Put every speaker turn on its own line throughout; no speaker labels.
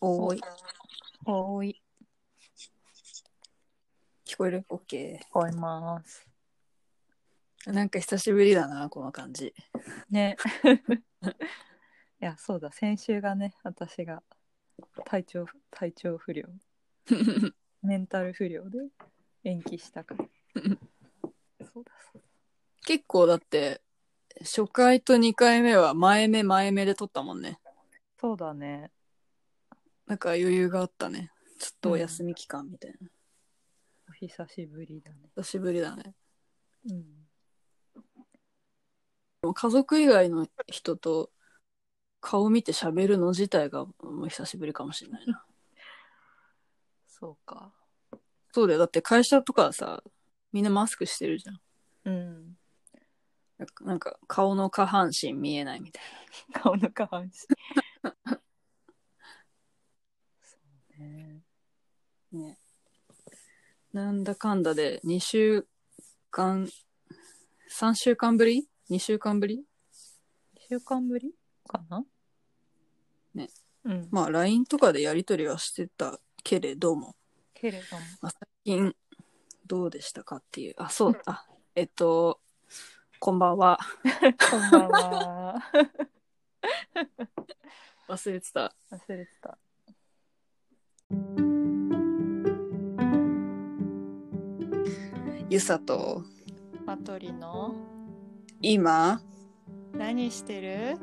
おーい。
おーい。
聞こえる ?OK。
聞こえます。
なんか久しぶりだな、この感じ。
ね。 いや、そうだ、先週がね、私が体調、体調不 良、メンタル不良で延期した から。そうだ、そうだ。
結構だって、初回と2回目は前目前目で撮ったもんね。
そうだね。
なんか余裕があったね。ちょっとお休み期間みたいな。
お久しぶりだね。
久しぶりだね。
うん。
でも家族以外の人と顔見て喋るの自体がもう久しぶりかもしれないな。
そうか。
そうだよ。だって会社とかさ、みんなマスクしてるじゃん。
うん。
なんかなんか顔の下半身見えないみたい
顔の下 半身。そうね。
な。ね。なんだかんだで2週間、3週間ぶり ?2 週間ぶり
一週間ぶりかな
ね。
うん。
まあ LINE とかでやりとりはしてたけれども、
けれども。
まあ、最近どうでしたかっていう。あ、そう、あ、えっと、こんばんは。
こんばんは。
忘れてた。
忘れてた。
ゆさと
マトリの
今
何してる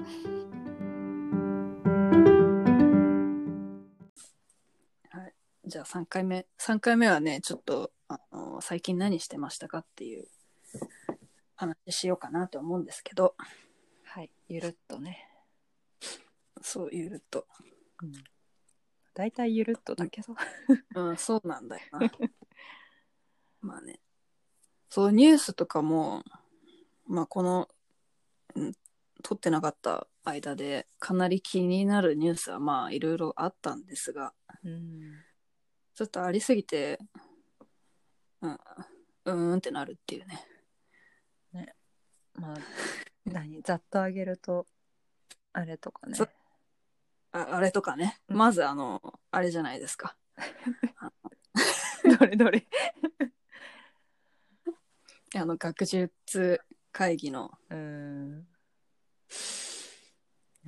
じゃあ3回目3回目はねちょっとあの最近何してましたかっていう話しようかなと思うんですけど
はい、ゆるっとね。
そうゆるっと、
だいたいゆるっとだけど。
うん、そうなんだよ なまあねそうニュースとかもまあこの、うん、撮ってなかった間でかなり気になるニュースはまあいろいろあったんですが
うん。
ちょっとありすぎて、うん、うーんってなるっていうね。
まあ、何 ざっとあげると、あれとかね
そ。ああれとかね。
うん
まずあの、あれじゃないですか。
どれどれ。
あの、学術会議の、
うん。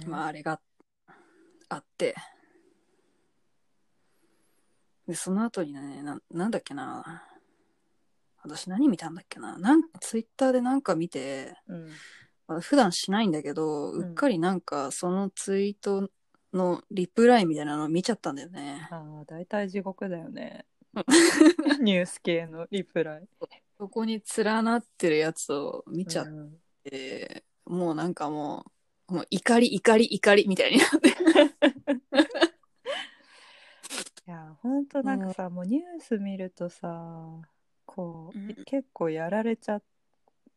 まあ、あれがあって、で、その後にね、ななんだっけな。私何見たんだっけな。なんツイッターでなんか見て、
うん。
まあ普段しないんだけど、
う
うんっかりなんかそのツイートのリプライみたいなの見ちゃったんだよね。
ああ、だいたい地獄だよね。 ニュース系のリプライ。
そこに連なってるやつを見ちゃっ
うん
て、もうなんかもう、もう怒り怒り怒りみたいになって。
いやほんとなんかさ、もうニュース見るとさこう、
うん
結構やられちゃ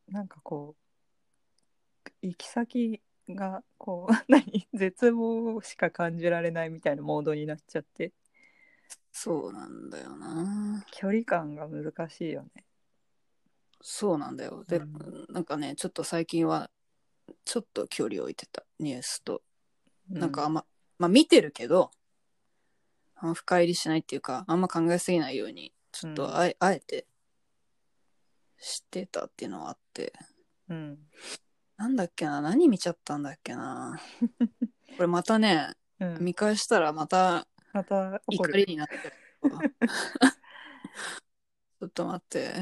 なんかこう行き先がこう 何絶望しか感じられないみたいなモードになっちゃって
そうなんだよな。
距離感が難しいよね。
そうなんだよ。で、
う
なんかね、ちょっと最近は、ちょっと距離を置いてたニュースと。
う
なんかあんま、まあ見てるけど、あんま深入りしないっていうか、あんま考えすぎないように、ちょっとあえ,、あえて、してたっていうのはあって。
うん
なんだっけな何見ちゃったんだっけ なこれまたね、
うん、
見返したらまた
また怒
怒
る
り。になってる。 ちょっと待って。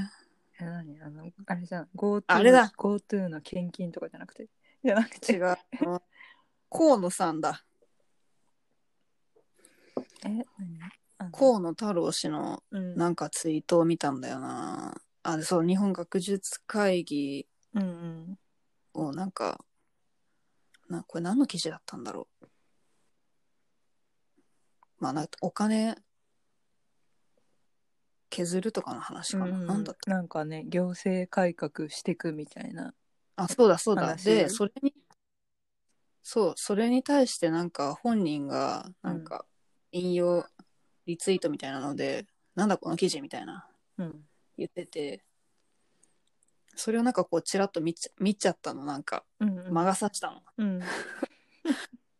え何あのあれじゃん GoTo
あれだ
GoTo の献金とかじゃなくてじゃなく
違
て
う。河野さんだ。
え何あの
河野太郎氏の
うん
なんかツイートを見たんだよな。あ、そう、日本学術会議
うんうん
をなんか、なこれ何の記事だったんだろう。まあ、なんかお金削るとかの話かな。
うん
なんだっけ
なんかね行政改革していくみたいな
あ、そうだそうだ。
話
で、それに、そう、それに対してなんか本人が、なんか引用、リツイートみたいなので、なんだこの記事みたいな
うん
言ってて、それをなんかこうちらっと見ちゃ見ちゃったの、なんか
うん
魔が差したの。
うん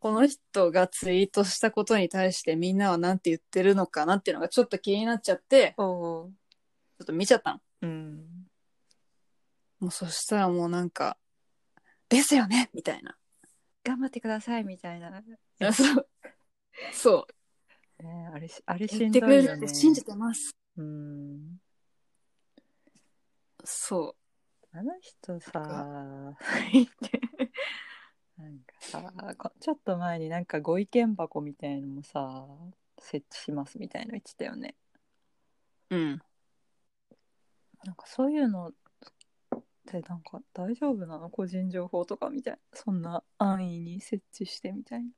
この人がツイートしたことに対してみんなはなんて言ってるのかなっていうのがちょっと気になっちゃって、
おお
ちょっと見ちゃったの。
ー。うん。
もうそしたらもうなんか、ですよねみたいな。
頑張ってくださいみたいな。
そう。そう。
ね、あれし、あれし
言
ん
っ
ど
てく
い
れる
よ
っ
ね
て。信じてます。
うん。
そ
あの人さ、なんかさ、こちょっと前になんかご意見箱みたいのもさ、設置しますみたいの言ってたよね。
う。うん。
なんかそういうのってなんか大丈夫なの個人情報とかみたいな。そんな安易に設置してみたいな。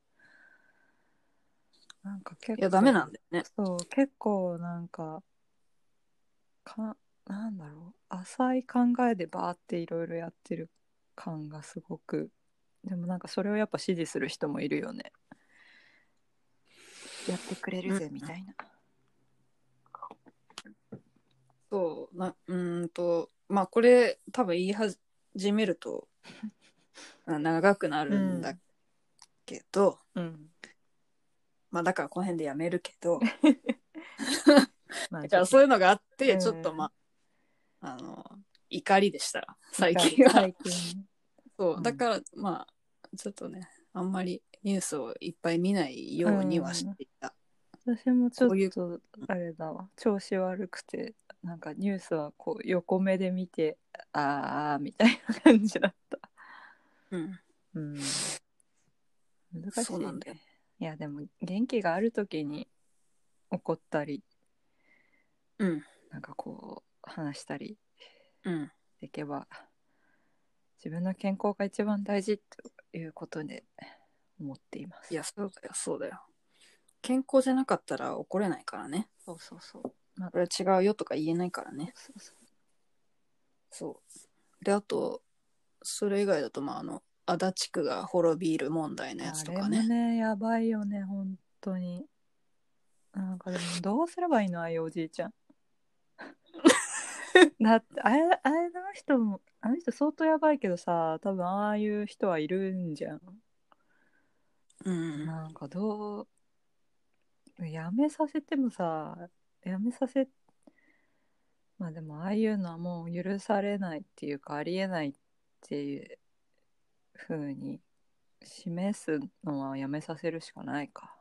なんか結
い
構。
や、ダメなんだよね。
そう結構なんかかなんだろう浅い考えでバーっていろいろやってる感がすごくでもなんかそれをやっぱ支持する人もいるよねやってくれるぜ
うん
みたいな
そう。なうーんと、まあこれ多分言い始める とあ長くなるんだけど、
うん
まあだからこの辺でやめるけ ど、
まあ
だからそういうのがあっ
う
て、
ん
ちょっとまあ、あの、怒りでした、最
ちょっと
近は。
最近
そうう、
ん
だからまあ、ちょっとね、あんまりニュースをいっぱい見ないようにはしていた。
私もちょ
こうい
っ
う
とあれだわ調子悪くてなんかニュースはこう横目で見てあーあーみたいな感じだった
うん。
うん、難しい、ね、
そうなんだよ
いやでも元気がある時に怒ったり
うん。
なんかこう話したり
うん。
できれば自分の健康が一番大事ということで思っています
いや、そうだよ、そうだよ。健康じゃなかったら怒れないからね。
そうそうそうまあ
これは違うよとか言えないからね。
そうそう
そう。で、あと、それ以外だと、まあ、あの、足立区が滅びる問題のやつとか
あれも
ね。
ねやばいよね本当になんかでもどうすればいいのああいうおじいち ゃんだってあれあれの人もあの人相当やばいけどさ多分ああいう人はいるんじゃん
うん。
なんかどうやめさせてもさやめさせまあでもああいうのはもう許されないっていうかありえないっていうふうに示すのはやめさせるしかな いか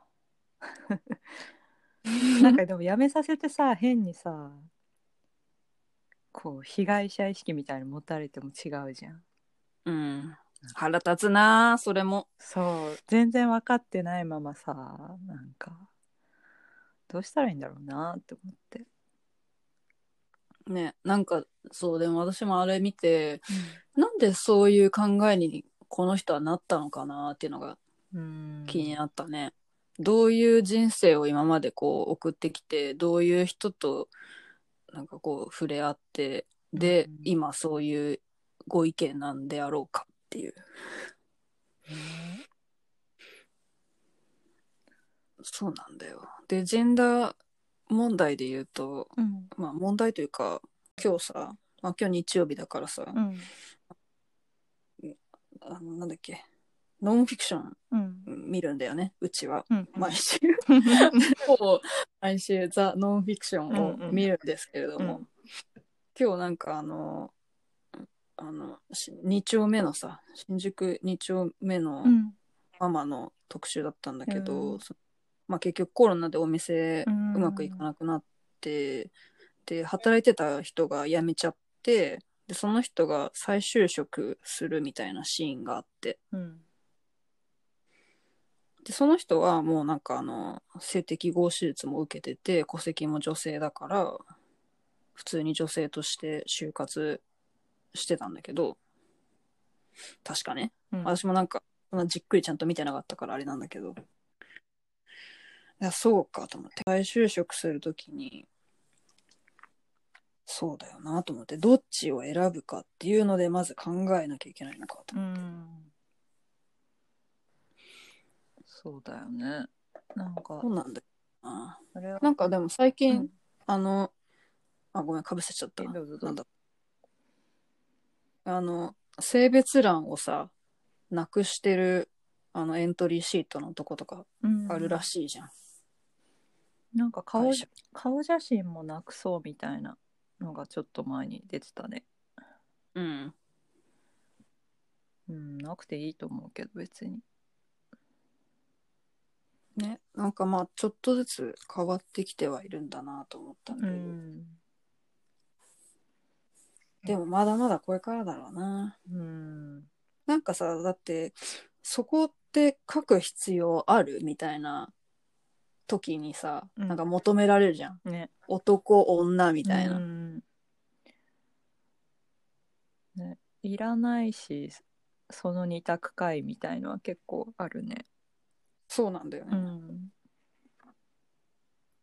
なんかでもやめさせてさ変にさこう被害者意識みたいに持たれても違うじゃん
うん。腹立つなあそれも。
そう全然分かってないままさなんかどうしたらいいんだろうなって思って、
ね、なんか、そう、でも私もあれ見て、なんでそういう考えにこの人はなったのかなっていうのが
うん、
気になったね。どういう人生を今までこう送ってきて、どういう人となんかこう触れ合って、で、
うん
今そういうご意見なんであろうかっていう。
ね
そうなんだよ。で、ジェンダー問題で言うと、
うん
まあ問題というか、今日さ、まあ今日日曜日だからさ、
うん
あの、なんだっけ、ノンフィクション
うん
見るんだよね、うちは。
うん
毎週。 ほぼ毎週ザ・ノンフィクションを見るんですけれども、
うん
今日なんかあの、あの、し2丁目のさ、新宿2丁目の
うん
ママの特集だったんだけど、
うん
そまあ結局コロナでお店
う
うんまくいかなくなって、で、働いてた人が辞めちゃって、で、その人が再就職するみたいなシーンがあって、
うん
でその人はもうなんかあの性適合手術も受けてて戸籍も女性だから普通に女性として就活してたんだけど確かね、
うん
私もなんかそんなじっくりちゃんと見てなかったからあれなんだけどいやそうかと思って再就職するときにそうだよなと思ってどっちを選ぶかっていうのでまず考えなきゃいけないのかと
う
思って、
んそうだよねなんか
そうなんだよな
それは
なんかでも最近、
うん
あの、あ、ごめん、かぶせちゃった
え
な。
どうぞどうぞ
なんだ。あの、性別欄をさ、なくしてるあのエントリーシートのとことか
うん
あるらしいじゃん。
なんか顔
会社
顔写真もなくそうみたいなのがちょっと前に出てたね。
うん。
うん、なくていいと思うけど別に。
ね。なんかまあ、ちょっとずつ変わってきてはいるんだなと思ったんだ
う
けど、
ん、
でもまだまだこれからだろうな。
うん、
なんかさ、だって、そこって書く必要あるみたいな時にさ、
うん
なんか求められるじゃん。
ね。
男、女みたいな。
うんね、いらないしその二択かいみたいのは結構あるね。
そうなんだよね。
うん、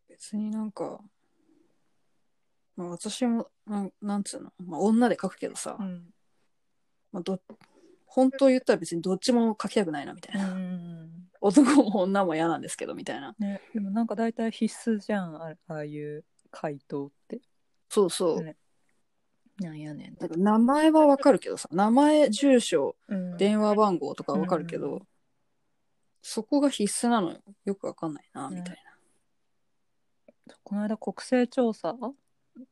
別になんか、まあ、私もなん、なんつうの、まあ、女で書くけどさ、
うん
まあ、ど本当言ったら別にどっちも書きたくないなみたいうな、
ん
男も女も嫌なんですけどみたいな
ね、でもなんか大体必須じゃんあああいう回答って。
そうそう、
ねなんやねん。
なんか名前はわかるけどさ名前住所
うん
電話番号とかわかるけど、
うん
そこが必須なのよよくわかんないなみたいな、
この間国勢調査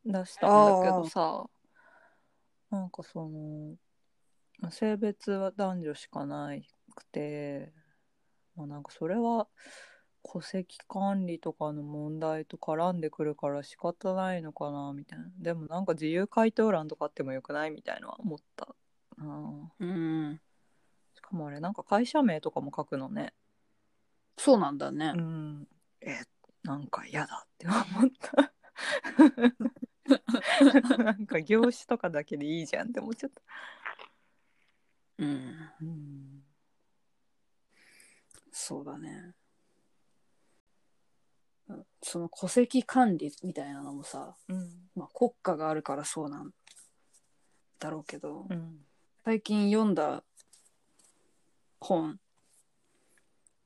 出したんだけどさなんかその性別は男女しかなくて、まあ、なんかそれは戸籍管理とかの問題と絡んでくるから仕方ないのかなみたいなでもなんか自由回答欄とかあってもよくないみたいなのは思ったな
うん
しかもあれなんか会社名とかも書くのね
そうなんだね、
うんえなんか嫌だって思ったなんか業種とかだけでいいじゃんって思っちゃった、
うん、
うん、
そうだねうんその戸籍管理みたいなのもさ、
うん
まあ、国家があるからそうなんだろうけど、
うん
最近読んだ本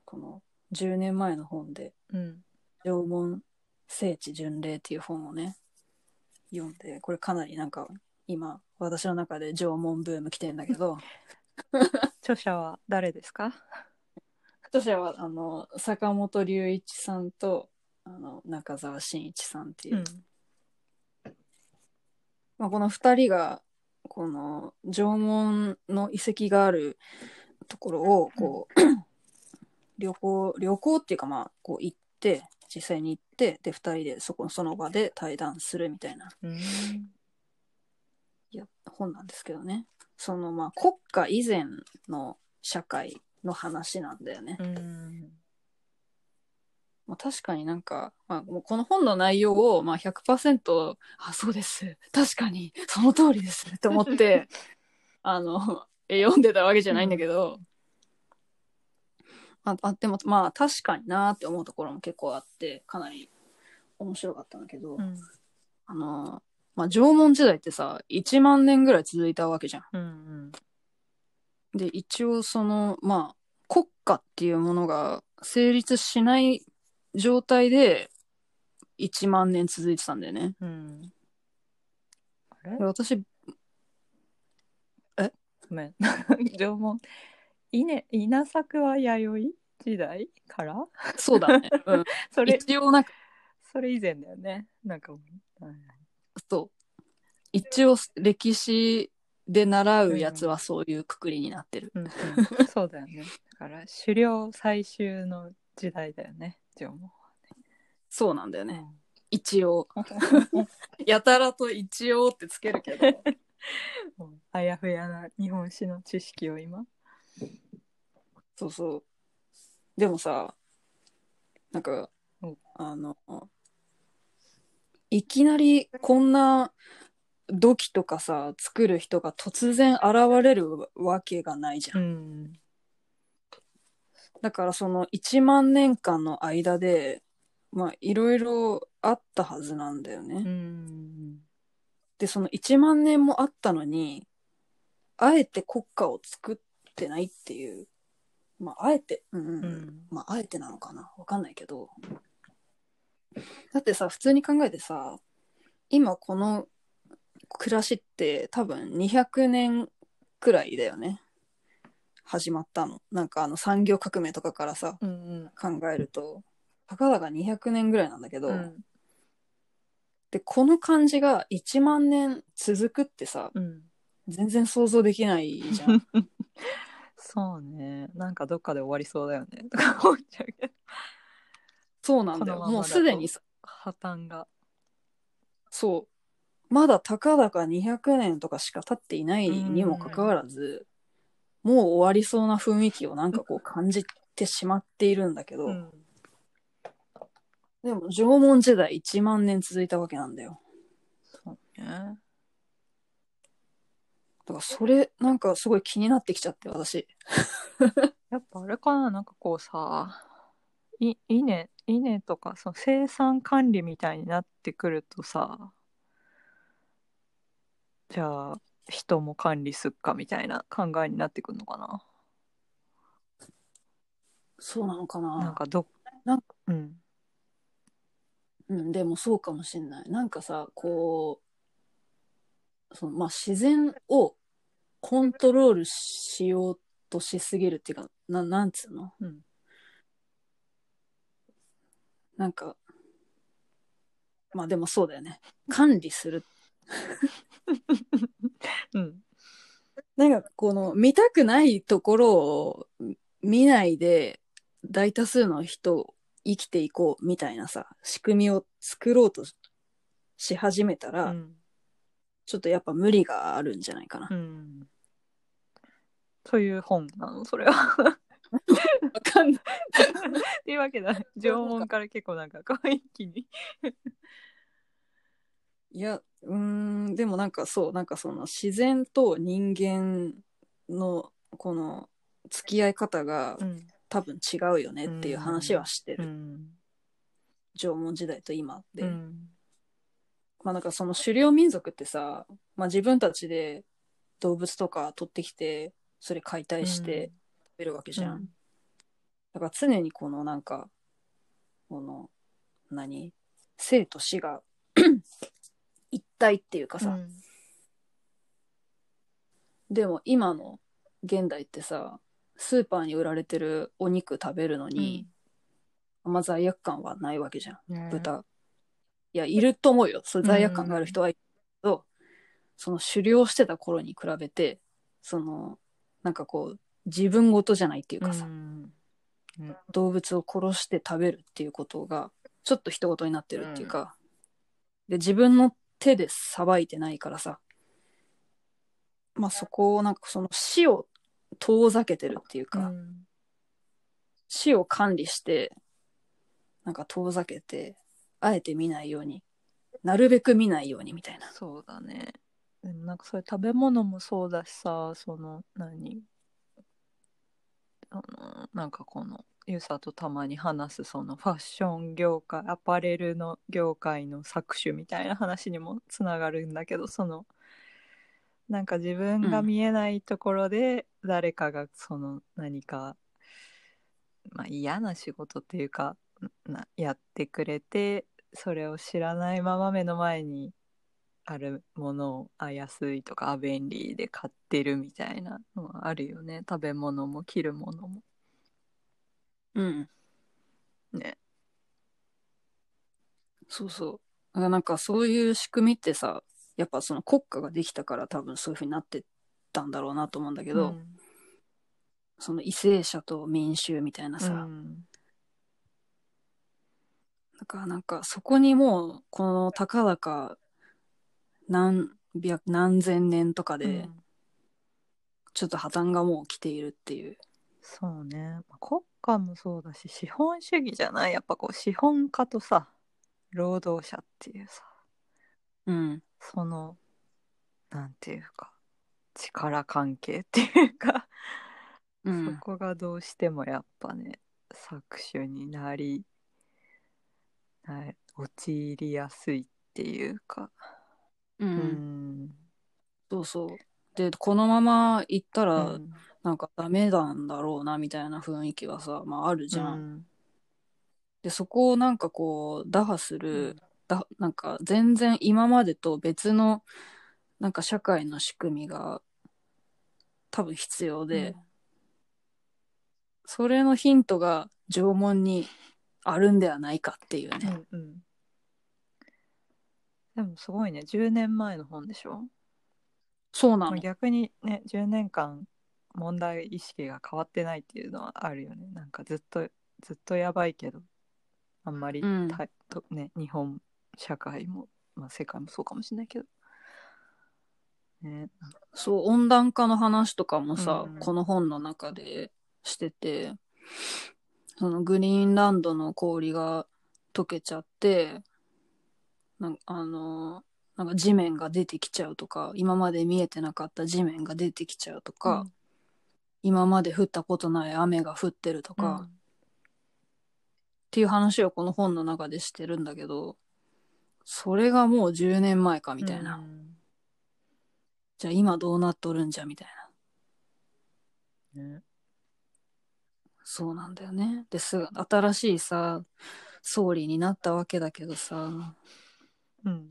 この10年前の本で
うん
「縄文聖地巡礼」っていう本をね読んでこれかなりなんか今私の中で縄文ブーム来てんだけ ど
著者は誰ですか
著者はあの坂本龍一さんとあの中澤真一さんっていう、まあ、この2人がこの縄文の遺跡があるところをこう、 旅行旅行っていうかまあこう行って実際に行ってで2人でそこその場で対談するみたいな
うん
いや本なんですけどねそのまあ国家以前の社会の話なんだよね。
うん
まあ、確かになんか、まあ、もうこの本の内容を、まあ100、あ、そうです。確かに、その通りです。と思 って、あの、え読んでたわけじゃないんだけど、ああでも、まあ確かになーって思うところも結構あって、かなり面白かったんだけど、
うん
あの、まあ縄文時代ってさ、1万年ぐらい続いたわけじゃん。
うん
で、一応その、まあ、国家っていうものが成立しない状態で1万年続いてたんだよね。
うんあれ
で私、
ごめん縄文稲稲作は弥生時代から
そうだね。うん、
それ
一応なんか、
それ以前だよねなんか、うん
そう。一応歴史で習うやつはそういうくくりになってる。
うんうん、 そうだよね。だから狩猟最終の時代だよね。縄文
そうなんだよ
は
ね。
ね。
一応。やたらと一応ってつけるけど。
うんあやふやな日本史の知識を今。
そうそう。でもさ、なんか
うん、
あの、いきなりこんな土器とかさ、作る人が突然現れるわけがないじゃん。
ん。
だからその1万年間の間で、まあいろいろあったはずなんだよね。
うん。
で、その1万年もあったのに、あえて国家を作ってないっていう、まああえて、うんうん
う
うん
ん。
まあ、あえてなのかなわかんないけど。だってさ、普通に考えてさ、今この暮らしって多分200年くらいだよね。始まったの。なんかあの産業革命とかからさ、
うん
考えると、たかだか200年ぐらいなんだけど、
うん
で、この感じが1万年続くってさ、
うん
全然想像できないじゃ ん。
そうねなんかどっかで終わりそうだよねとか思っちゃうけど
そうなんだよ。
このままだと
もうすでにさ、
破綻が
そう、まだたかだか200年とかしか経っていないにもかかわらず、もう終わりそうな雰囲気をなんかこう感じてしまっているんだけど、
うん
でも縄文時代1万年続いたわけなんだよ。
そうね
だからそれなんかすごい気になってきちゃって私。
やっぱあれかななんかこうさい稲稲とかその生産管理みたいになってくるとさじゃあ人も管理すっかみたいな考えになってくるのかな
そうなのかな
なんかど
なん
かうん
うん、でもそうかもしんない。なんかさ、こう、そのまあ自然をコントロールしようとしすぎるっていうか、ななんつうの
うん
なんか、まあでもそうだよね。管理する。
うん
なんかこの見たくないところを見ないで大多数の人を生きていこうみたいなさ、仕組みを作ろうとしし始めた
う
ら、
ん
ちょっとやっぱ無理があるんじゃないかな
う。んという本なのそれは
わかんない。
っていうわけだ縄文から結構なんかこう一気に
いや、うーん、でもなんかそう、なんかその自然と人間のこの付き合い方が
ん
多分違うよねっていう話はして
う
る。
ん
縄文時代と今で。
うん
まあなんかその狩猟民族ってさ、まあ自分たちで動物とか取ってきて、それ解体して食べるわけじゃん。だから常にこのなんか、この、何生と死が 一体っていうかさ、
うん
でも今の現代ってさスーパーに売られてるお肉食べるのに、あんま罪悪感はないわけじゃん、
ね
豚いやいると思うよそれ罪悪感がある人はいるけど、その狩猟してた頃に比べてそのなんかこう自分事じゃないっていうかさ、
うん
動物を殺して食べるっていうことがちょっと人事になってるっていうか、で自分の手でさばいてないからさまあそこをなんかその死を遠ざけてるっていうか、
うん
死を管理してなんか遠ざけてあえて見ないようになるべく見ないようにみたいな
そうだねでもなんかそういう食べ物もそうだしさその何あのなんかこのユサとたまに話すそのファッション業界アパレルの業界の搾取みたいな話にもつながるんだけどそのなんか自分が見えないところで誰かがその何か、まあ、嫌な仕事っていうかなやってくれてそれを知らないまま目の前にあるものをあ安いとかあ便利で買ってるみたいなのはあるよね食べ物も着るものも
うん
ね
そうそうだからなんかそういう仕組みってさやっぱその国家ができたから多分そういうふうになってったんだろうなと思うんだけ
け
ど、その為政者と民衆みたいなさ、
うん
だからなんかそこにもうこのたかだか何百何千年とか
う
で
ん
ちょっと破綻がもう来ているっていう、
そうねまあ国家もそうだし資本主義じゃないやっぱこう資本家とさ労働者っていうさ
うん、
そのなんていうか力関係っていうか、
う
そ
ん、
こがどうしてもやっぱね搾取になりな陥りやすいっていうか、
う、
うんん
そうそうでこのまま行った
う
ら
ん
なんかダメなんだろうなみたいな雰囲気はさ、まあ、あるじゃん、
うん
でそこをなんかこう打破す
う
る、
ん
だなんか全然今までと別のなんか社会の仕組みが多分必要で、それのヒントが縄文にあるんではないかっていう
う
ね。
んうんでもすごいね10年前の本でしょ
そうな
まあ
の。
逆にね10年間問題意識が変わってないっていうのはあるよねなんかずっとずっとやばいけどあんまり
うん
た、とね、日本社会も、まあ、世界もそうかもしれないけど、ね、
そう、温暖化の話とかもさ、
うん
この本の中でしてて、そのグリーンランドの氷が溶けちゃって、なんあの、なんか地面が出てきちゃうとか、今まで見えてなかった地面が出てきちゃうとか、今まで降ったことない雨が降ってると
うん
か、っていう話をこの本の中でしてるんだけど、それがもう10年前かみたいな。
うん
じゃあ今どうなっとるんじゃみたいな。
ね
そうなんだよね。です新しいさ総理になったわけだけどさ
うん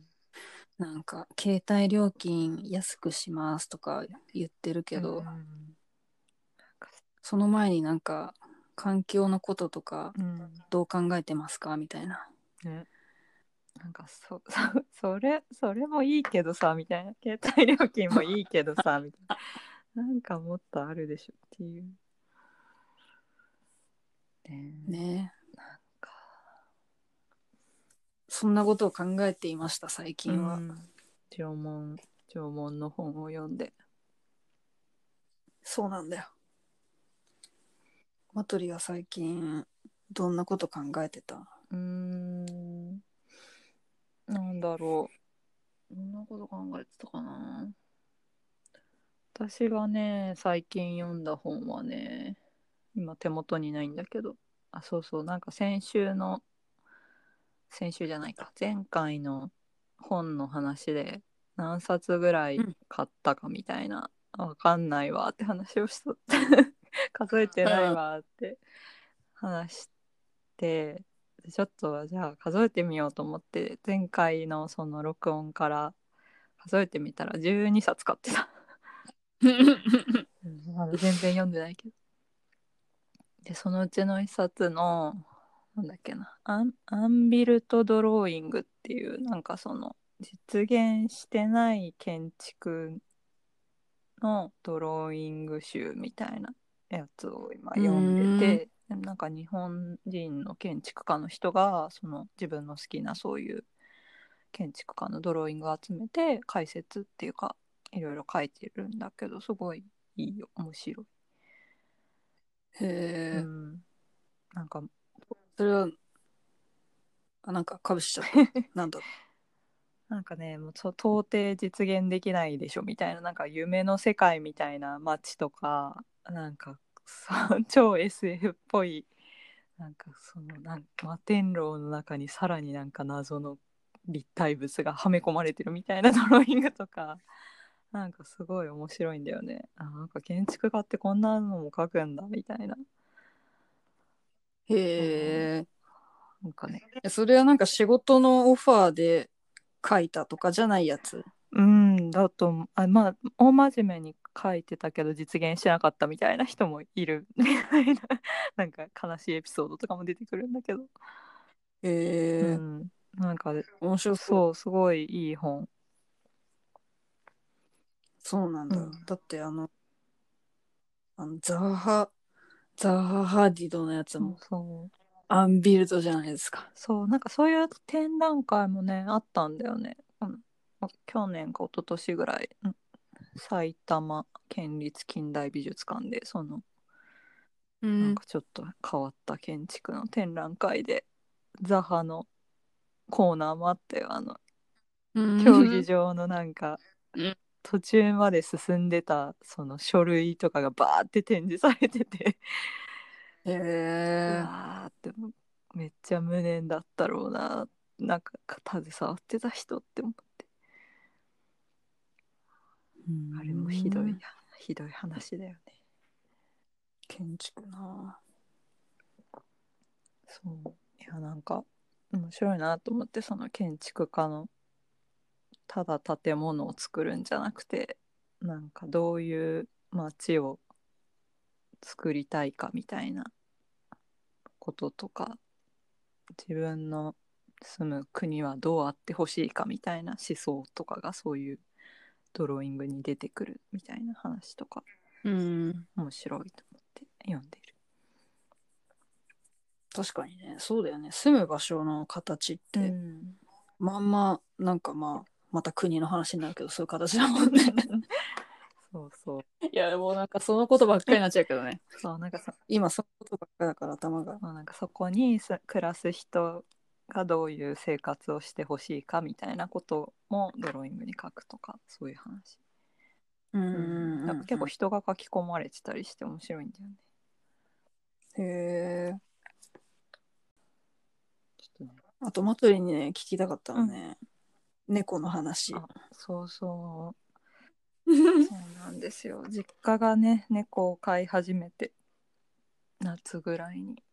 なんか携帯料金安くしますとか言ってるけど、
うんうん
その前になんか環境のこととか
うん
どう考えてますかみたいな。
ね、なんかそ そそれそれもいいけどさみたいな携帯料金もいいけどさみたい ななんかもっとあるでしょっていうねえ
ね
なんか
そんなことを考えていました最近は。
うん縄文縄文の本を読んで
そうなんだよ。マトリは最近どんなこと考えて た
うーんなんだろうどんなこと考えてたかな私がね最近読んだ本はね今手元にないんだけどあそうそうなんか先週の先週じゃないか前回の本の話で何冊ぐらい買ったかみたいな、わかんないわって話をした 数えてないわって話してちょっとじゃあ数えてみようと思って前回のその録音から数えてみたら12冊買ってたまだ全然読んでないけどでそのうちの一冊のなんだっけなアンアンビルトドローイングっていうなんかその実現してない建築のドローイング集みたいなやつを今読んでてでもなんか日本人の建築家の人がその自分の好きなそういう建築家のドローイングを集めて解説っていうかいろいろ書いてるんだけどすごいいいよ面白い、
へえ、
うん、なんか
それはあなんかかぶしちゃった なんだろ
なんかねもうそう到底実現できないでしょみたいななんか夢の世界みたいな街とかなんかそう超 SF っぽいなんかそのなん摩天楼の中にさらになんか謎の立体物がはめ込まれてるみたいなドローイングとかなんかすごい面白いんだよねあなんか建築家ってこんなのも描くんだみたいな
うへ
なんかね
えそれはなんか仕事のオファーで書いたとかじゃないやつ
うんだと思うあまあ大真面目に書いてたけど実現しなかったみたいな人もいる みたいななんか悲しいエピソードとかも出てくるんだけど、
へえ、
うん、なんか
面白そう
そうすごいいい本
そうなんだ、
うん
だってあのあのザハザハ・ハディドのやつも
そう
アンビルドじゃないですか
そうなんかそういう展覧会もねあったんだよね、うん、あ去年か一昨年ぐらい、うん埼玉県立近代美術館でその
う
なん
ん
かちょっと変わった建築の展覧会でザハのコーナーもあったよあの競技場のなんか、
うん
途中まで進んでたその書類とかがバーって展示されてて、
へ
う
え
わーってめっちゃ無念だったろうななんか携わってた人って思ってあれもひどいやひどい話だよね
建築な
そういやなんか面白いなと思ってその建築家のただ建物を作るんじゃなくてなんかどういう街を作りたいかみたいなこととか自分の住む国はどうあってほしいかみたいな思想とかがそういうドローイングに出てくるみたいな話とか
うん。
面白いと思って読んでる。
確かにね、そうだよね。住む場所の形って、
うん
まんま、なんかまあ、また国の話になるけど、そういう形だもん ね。
そうそう
いや、もうなんかそのことばっかりになっちゃうけ どね。
そうなんかさ
今、そのことばっかりだから頭が。
まあなんかそこにす暮らす人がどういう生活をしてほしいかみたいなこともドローイングに書くとかそういう話、
う
なんか結構人が書き込まれてたりして面白いんだよね
へえ。
ちょっとね
あと、マトリにね、聞きたかったのね。猫の話。
あそうそう
うん
そうなんですよ実家がね猫を飼い始めて夏ぐらいに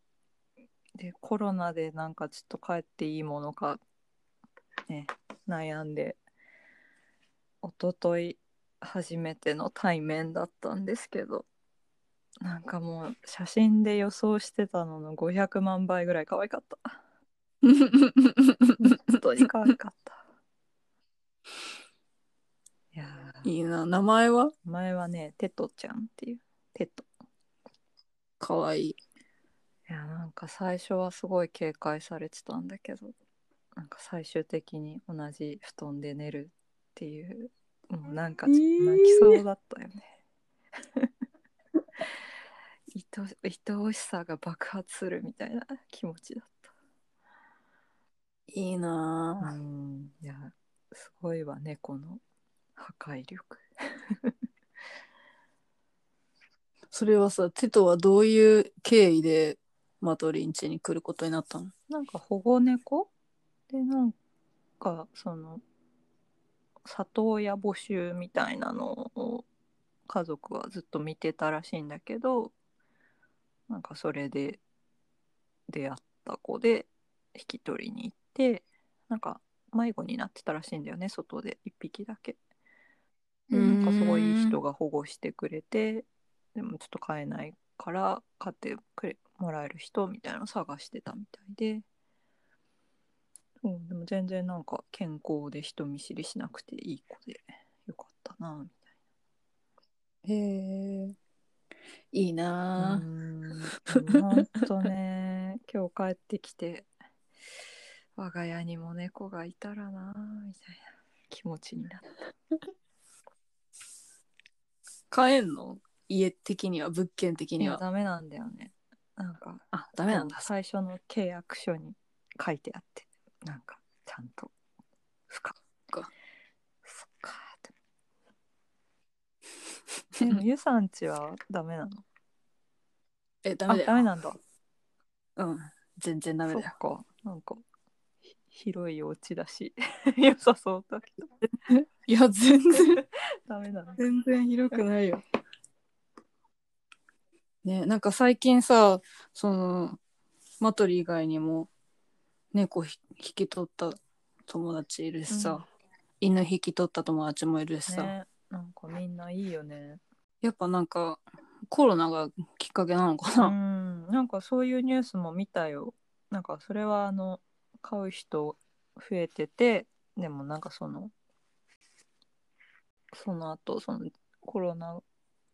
でコロナでなんかちょっと帰っていいものかね悩んで一昨日初めての対面だったんですけどなんかもう写真で予想してたのの500万倍ぐらい可愛かった本当に可愛かった いや ー
いいな。名前は
前はねテトちゃんっていうテト
かわいい。
いやなんか最初はすごい警戒されてたんだけどなんか最終的に同じ布団で寝るっていうもうなんかちょっ
えー
と泣きそうだったよね、 愛愛おしさが爆発するみたいな気持ちだっ
いい
た
な。
うんいやすごいわ猫の破壊力
それはさ、テトはどういう経緯でマトリン家に来ることになったの
なんか保護猫でなんかその里親募集みたいなのを家族はずっと見てたらしいんだけどなんかそれで出会った子で引き取りに行ってなんか迷子になってたらしいんだよね外で1匹だけ。で
うー
なん
ん
かすごいいい人が保護してくれてでもちょっと飼えないから飼ってくれもらえる人みたいなの探してたみたいでそうでも全然なんか健康で人見知りしなくていい子でよかったなみたい
へえ。いい
な
な。
本当ね 今日帰ってきて我が家にも猫がいたらなみたいな気持ちになった
買えんの家的には、物件的
い
に
や
は。
ダメなんだよねなんか
あ、ダメなんだ。
最初の契約書に書いてあってなんかちゃんと深
そっか
そっかーっ てでもゆさんちはダメなの
え、ダメだ
あ
よ。
ダメなんだ
うん。全然ダメだよ
そ。っかなんかひ広いお家だし 良さそうだけど
いや、全然、
ダメなの
全然広くないよ。 ね、なんか最近さ、その、マトリ以外にも、猫ひ引き取った友達いるしさ、
うん
犬引き取った友達もいるしさ、
ねなんかみんないいよね
やっぱなんか、コロナがきっかけなのか
う
な。
んなんかそういうニュースも見たよなんかそれはあの飼う人増えててでもなんかそのその後そのコロナ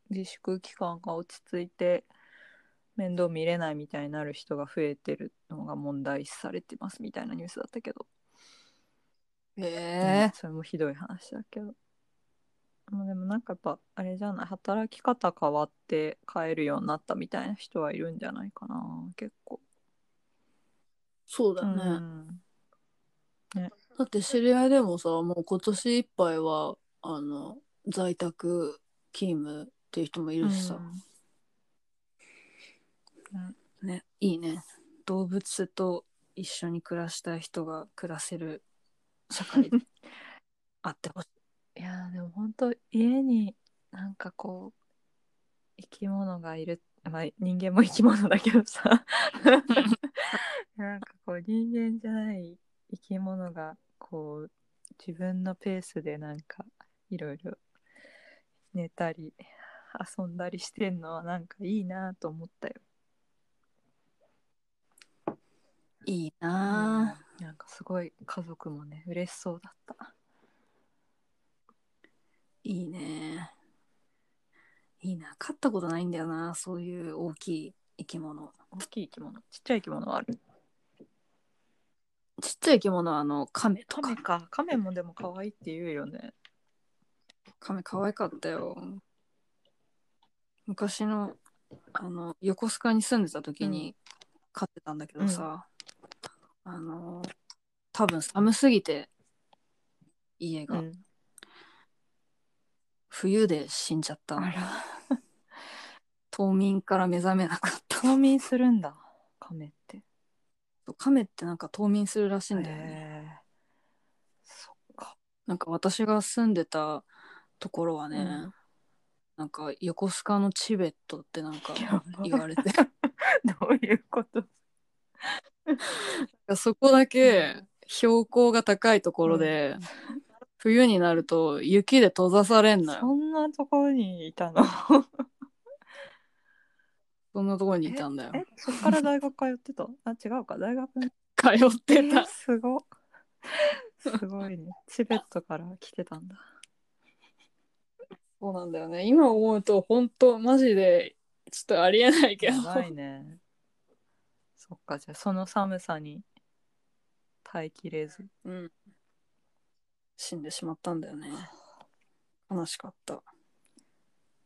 自粛期間が落ち着いて面倒見れないみたいになる人が増えてるのが問題視されてますみたいなニュースだったけど、
え
ねそれもひどい話だけどまあでもなんかやっぱあれじゃない働き方変わって飼えるようになったみたいな人はいるんじゃないかな結構。
そうだね、
うん
だって知り合いでもさ、もう今年いっぱいは、あの、在宅勤務っていう人もいるしさ、ね、いいね。動物と一緒に暮らしたい人が暮らせる社会あってほしい。
いやーでも本当家になんかこう生き物がいる、まあ、人間も生き物だけど さなんかこう人間じゃない生き物がこう自分のペースでなんかいろいろ寝たり遊んだりしてんのはなんかいいなと思ったよ。
いいなあ、
なんかすごい家族もね嬉しそうだった。
いいね。いいな。飼ったことないんだよな。そういう大きい生き物。
大きい生き物ちっちゃい生き物はある
ちっちゃい生き物はあの、亀とか
カメ。かカメもでも可愛いって言うよね。
亀可愛かったよ。昔の、あの、横須賀に住んでた時に飼ってたんだけどさ、あの、多分寒すぎて、家が、
うん
冬で死んじゃったの。冬眠から目覚めなかった。
冬眠するんだカメって。
亀ってなんか冬眠するらしいんだよね。
へえそっか。
なんか私が住んでたところはね、
うん
なんか横須賀のチベットってなん か
やば
言われて
どういうこと
そこだけ標高が高いところで、冬になると雪で閉ざされんのよ
そんなところにいたの
そんなところにいたんだよ
えそっから大学通ってたあ違うか大学に
通って
えー
た
すごすごいねチベットから来てたんだ
そうなんだよね今思うと本当マジでちょっとありえないけど
やばいねそっかじゃあその寒さに耐えきれず
うん、死んでしまったんだよね悲しかった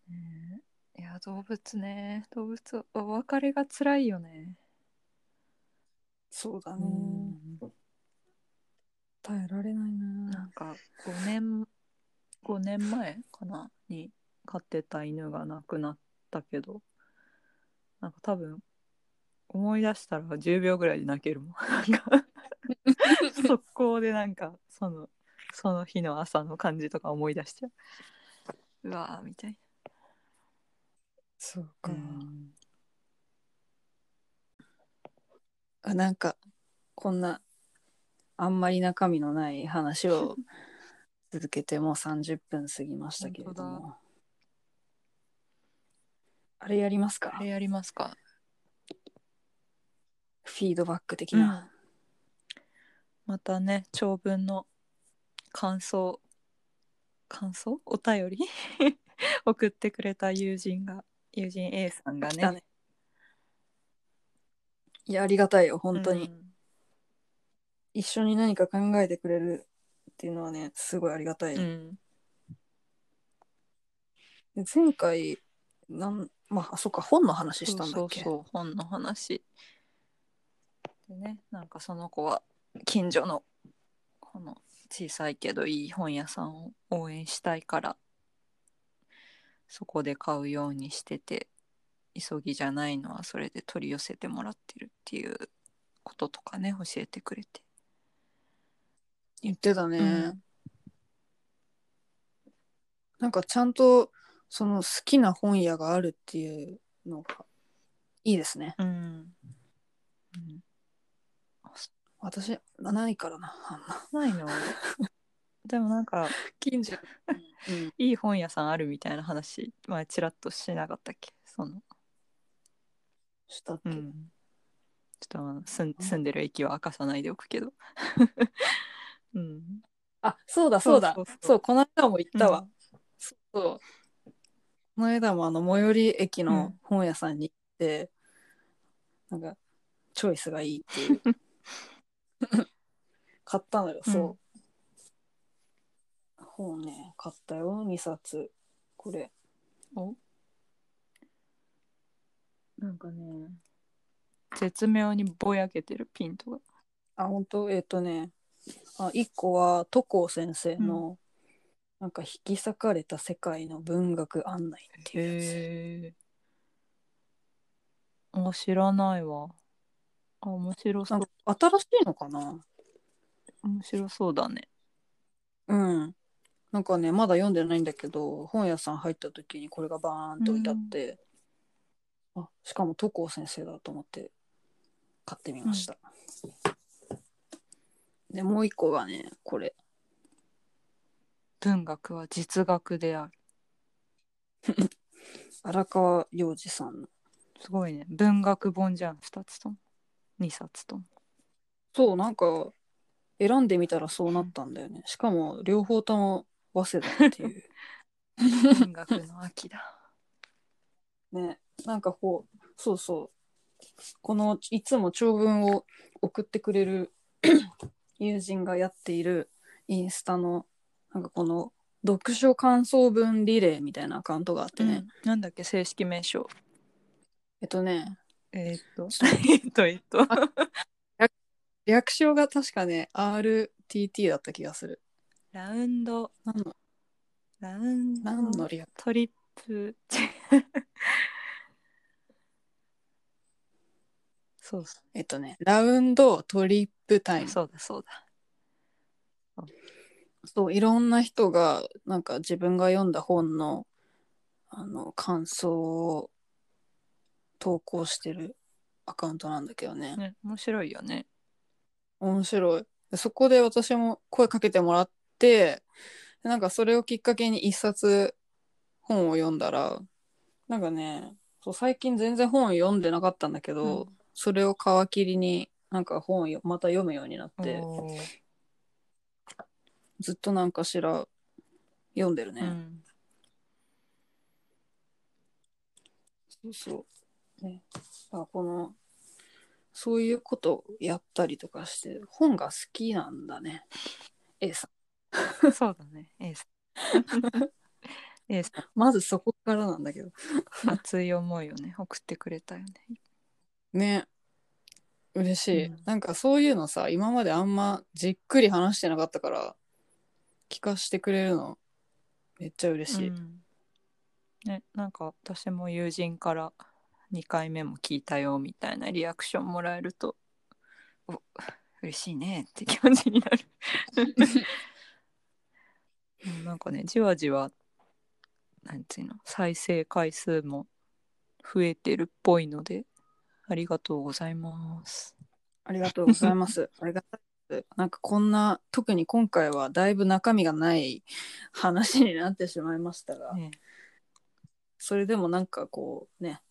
ねいや動物ね動物お別れが辛いよね
そうだ
う
ね耐えられないな
なんか5年5年前かなに飼ってた犬が亡くなったけどなんか多分思い出したら10秒ぐらいで泣けるもんなんか速攻でなんかそのその日の朝の感じとか思い出しちゃううわーみたい
そう
な、
あなんかこんなあんまり中身のない話 を続けてもう30分過ぎましたけれど
本当
もあれやりますか
あれやりますか
フィードバック的な、
またね長文の感想感想お便り 送ってくれた友人が友人 A さんが
来た
ね
ねいやありがたいよ本当に、
うん
一緒に何か考えてくれるっていうのはねすごいありがたい、
うん
で前回なんまああそっか本の話したんだ
そ
っ
う
け
そうそう本の話でねなんかその子は近所のこの小さいけどいい本屋さんを応援したいからそこで買うようにしてて急ぎじゃないのはそれで取り寄せてもらってるっていうこととかね教えてくれて、
言ってたね、
うん
なんかちゃんとその好きな本屋があるっていうのがいいですね。
うん
私、ないからな、あんな。
ないの でもなんか
近所。うん、
いい本屋さんあるみたいな話前ちらっとしなかったっけその
したっ
う
け、
ん、ちょっとまあ住ん住んでる駅は明かさないでおくけど。 うん、
あ、そうだそうだ。
そ
そうう
そうそう
この間も行ったわ。そうそう。この間もあの、最寄り駅の本屋さんに行って、なんか、チョイスがいいっていう。 買ったのよ、そう。本ね、買ったよ、2冊。これ。
おなんかね絶妙にぼやけてるピントが。
あ、本当えっ、とね、あ、1個は都高先生の、なんか引き裂かれた世界の文学案内っていうやつ。
へえ。あ知らないわ。あ面白そ
な
うん
か新しいのかな
面白そうだね。
うん。なんかね、まだ読んでないんだけど、本屋さん入った時にこれがバーンと置いてあって、あ、しかも都高先生だと思って買ってみました。で、もう1個がね、これ。
文学は実学である。
荒川洋二さんの。
すごいね文学本じゃん2つとも2冊 とも
そう、なんか、選んでみたらそうなったんだよね。しかも、両方とも早稲田っていう。
文学の秋だ
ね、なんかこう、そうそう。この、いつも長文を送ってくれる 友人がやっているインスタの、なんかこの、読書感想文リレーみたいなアカウントがあってね。
なんだっけ正式名称
えっとね、
えーっと
ちょっ
えーっとえーっと
略称が確かね、RTT だった気がする。
ラウンド
何の、
ラウンド
何の略
トリップ そうそ
えっとね、ラウンドトリップタイ
う
ム。
そうだそうだ
そういろんな人がなんか自分が読んだ本のあの感想を投稿してるアカウントなんだけどね
ね面白いよね
面白いそこで私も声かけてもらってなんかそれをきっかけに一冊本を読んだらなんかねそう最近全然本読んでなかったんだけど、
うん
それを皮切りになんか本をよまた読むようになって
おー
ずっとなんかしら読んでるね、
うん
そうそう。ね、だからこのそういうことをやったりとかして本が好きなんだね。A さん。
そうだね A さん A さ
まずそこからなんだけど。
ん熱い思いをね送ってくれたよね
ね。嬉しい、
うん
なんかそういうのさ今まであんまじっくり話してなかったから聞かしてくれるのめっちゃ嬉しい。
うんね、なんか私も友人から2回目も聞いたよみたいなリアクションもらえるとお嬉しいねって気持ちになるうんなんかねじわじわなんていうの再生回数も増えてるっぽいのでありがとうございます
ありがとうございます。ありがたいです。なんかこんな特に今回はだいぶ中身がない話になってしまいましたが。
ね
それでもなんかこうね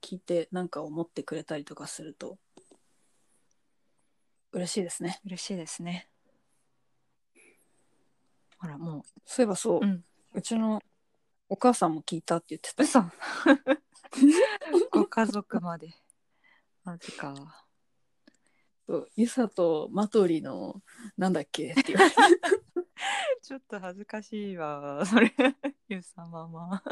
聞いてなんか思ってくれたりとかすると嬉しいですね
嬉しいですねほらも
そういえばそう、
ううん
うちのお母さんも聞いたって言ってた
嘘ご家族までマジか
そうゆさとマトリのなんだっけって言われて
ちょっと恥ずかしいわそれゆうさまま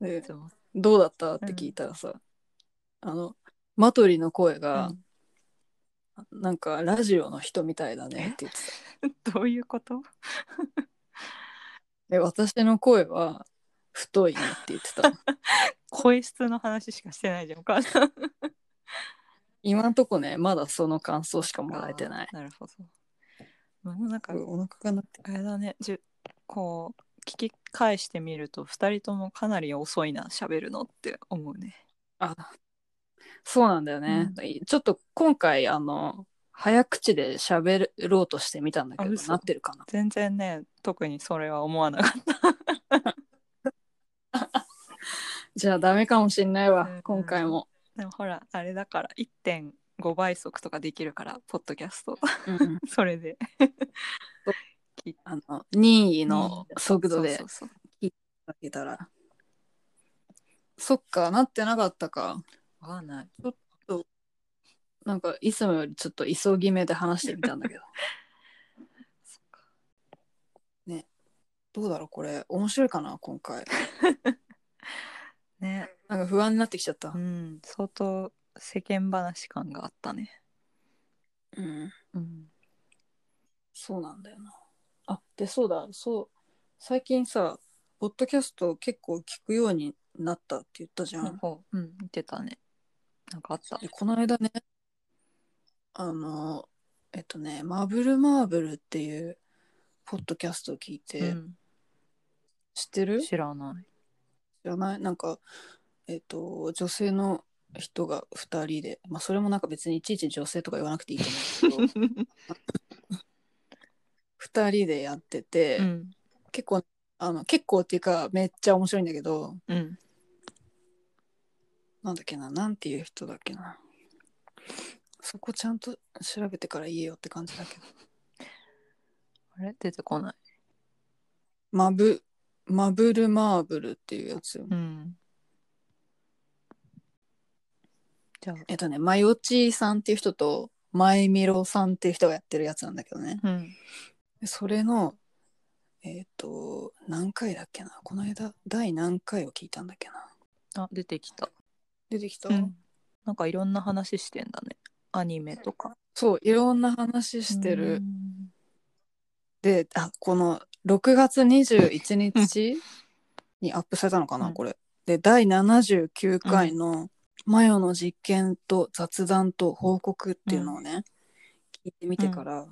い
で
つも
どうだったって聞いたらさ、あのマトリの声が、なんかラジオの人みたいだねって言ってた
どういうこと
で私の声は太いねって言ってた
声質の話しかしてないじゃんお母さん
今んとこねまだその感想しかもらえてない
なるほどまあでもなんか
お腹がなって
あれだねじゅこう聞き返してみると2人ともかなり遅いな喋るのって思うね
あそうなんだよね、ちょっと今回あの早口で喋ろうとしてみたんだけ
あ
ど
嘘
なってるかな
全然ね特にそれは思わなかった
じゃあダメかもしんないわ、
うん
今回も、
でもほらあれだから1.5倍速とかできるからポッドキャスト
うん
それで
あの任意の速度で
そうそうそう
かけたらそっかなってなかったか
わかんない
なんかいつもよりちょっと急ぎ目で話してみたんだ けど
そっか
どうだろうこれ面白いかな今回
ね
なんか不安になってきちゃった
う、ん相当世間話感があったね
うん
うん
そうなんだよな。あでそうだそう最近さポッドキャスト結構聞くようになったって言ったじゃん。
ほううん見てたねなんかあった
でこの間ねあのえっとね「マブルマーブル」っていうポッドキャストを聞いて、
うん
知ってる知
知らない
らないなんかえっと女性の人が2人で、まあ、それもなんか別にいちいち女性とか言わなくていいと思うんだけ
う
ど2人でやってて。
ん
結構あの、結構っていうか、めっちゃ面白いんだけど、
うん。
なんだっけな、なんていう人だっけな。そこちゃんと調べてから言えよって感じだけど。
あれ出てこない。
マブ、マブルマーブルっていうやつよ。
うん。じゃ
えっとね、マヨチーさんっていう人と、マイミロさんっていう人がやってるやつなんだけどね。
あ、うん。
でそれの、えっ、と、何回だっけなこの間、第何回を聞いたんだっけな
あ、出てきた。
出てきた、
うん。なんかいろんな話してんだね。アニメとか。
そう、いろんな話してる。
うん
で、あ、この6月21日にアップされたのかな、
うん
これ。で、第79回のマヨの実験と雑談と報告っていうのをね、聞いてみてから、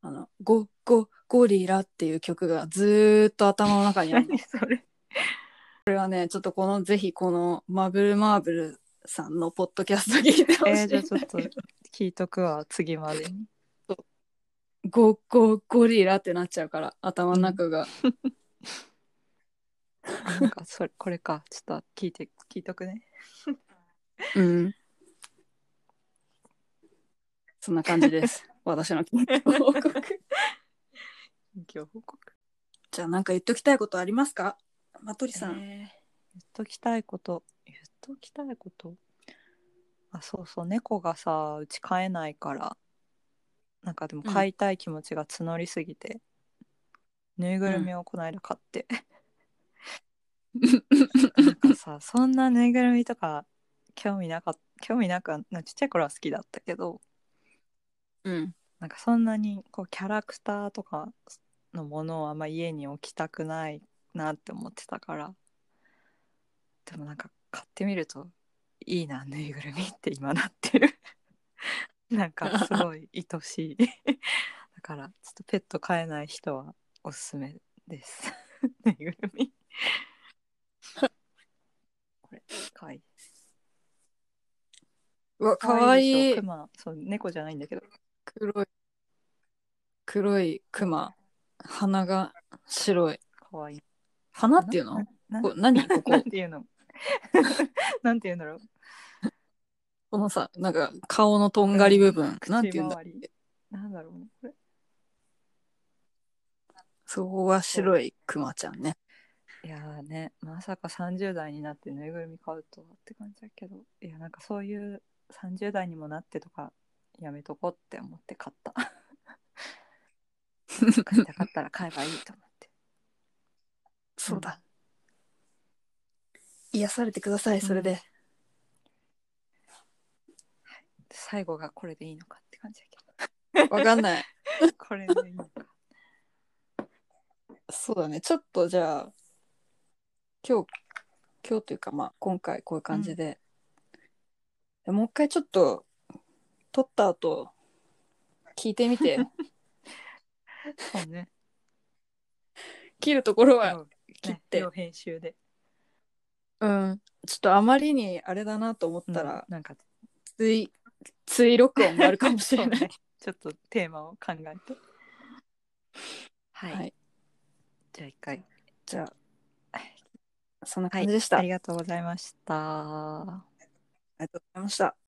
あの、ゴ、ゴ、ゴリラっていう曲がずーっと頭の中にあ るの
何それ。
ね、ちょっとこの、ぜひこのマブルマーブルさんのポッドキャスト聞いてほしいん
え
だ
ー、じゃ
け
あち
ど。
ょっと聞いとくわ、次まで に。
ゴゴゴリラってなっちゃうから頭の中が、
なんかそれ、これか。ちょっと聞いて、聞いとくね。
うん、そんな感じです 私の近況報告
今日報告。
じゃあなんか言っときたいことありますかマトリさん、
えー言っときたいこと言っときたいことあそうそう猫がさうち飼えないからなんかでも
うん
飼いたい気持ちが募りすぎて、ぬいぐるみをこの間買って、なんかさそんなぬいぐるみとか興味なかっ興味なくはなちっちゃい頃は好きだったけど
うん
なんかそんなにこうキャラクターとかのものをあんま家に置きたくないなって思ってたからでもなんか買ってみるといいなぬいぐるみって今なってる なんかすごい愛しい だからちょっとペット飼えない人はおすすめです ぬいぐるみ これかわいいう
わか
可
わ
愛
いい
でしょ熊そう猫じゃないんだけど
黒い黒いクマ鼻が白い
かわいい
鼻っていうの
な
こ何こ
な
こ
んていうの なんていうんだろう
このさなんか顔のとんがり部分なんていうんだ
周りなんだろうねこれ
そこが白いクマちゃんね
いやーねまさか30代になってぬいぐるみ買うとはって感じだけどいやなんかそういう30代にもなってとかやめとこうって思って買った買いたかったら買えばいいと思って
そうだ、癒されてくださいそれで、
最後がこれでいいのかって感じだ
わかんない
けどこれでいいのか
そうだね。ちょっとじゃあ、今日、今日というか、まあ、今回こういう感じで、でもう一回ちょっと、撮った後、聞いてみ て、
そうね
切るところ
要
は、
ね
切って
要編集で
うん、ちょっとあまりにあれだなと思ったら
うん、なんか
追、追録音があるかもしれな
そう
い。
ねちょっとテーマを考えてはい、
はい
じゃあ一回
じゃあ、そんな感じでした。
あ
あり
りがとうございました。
がとうございました。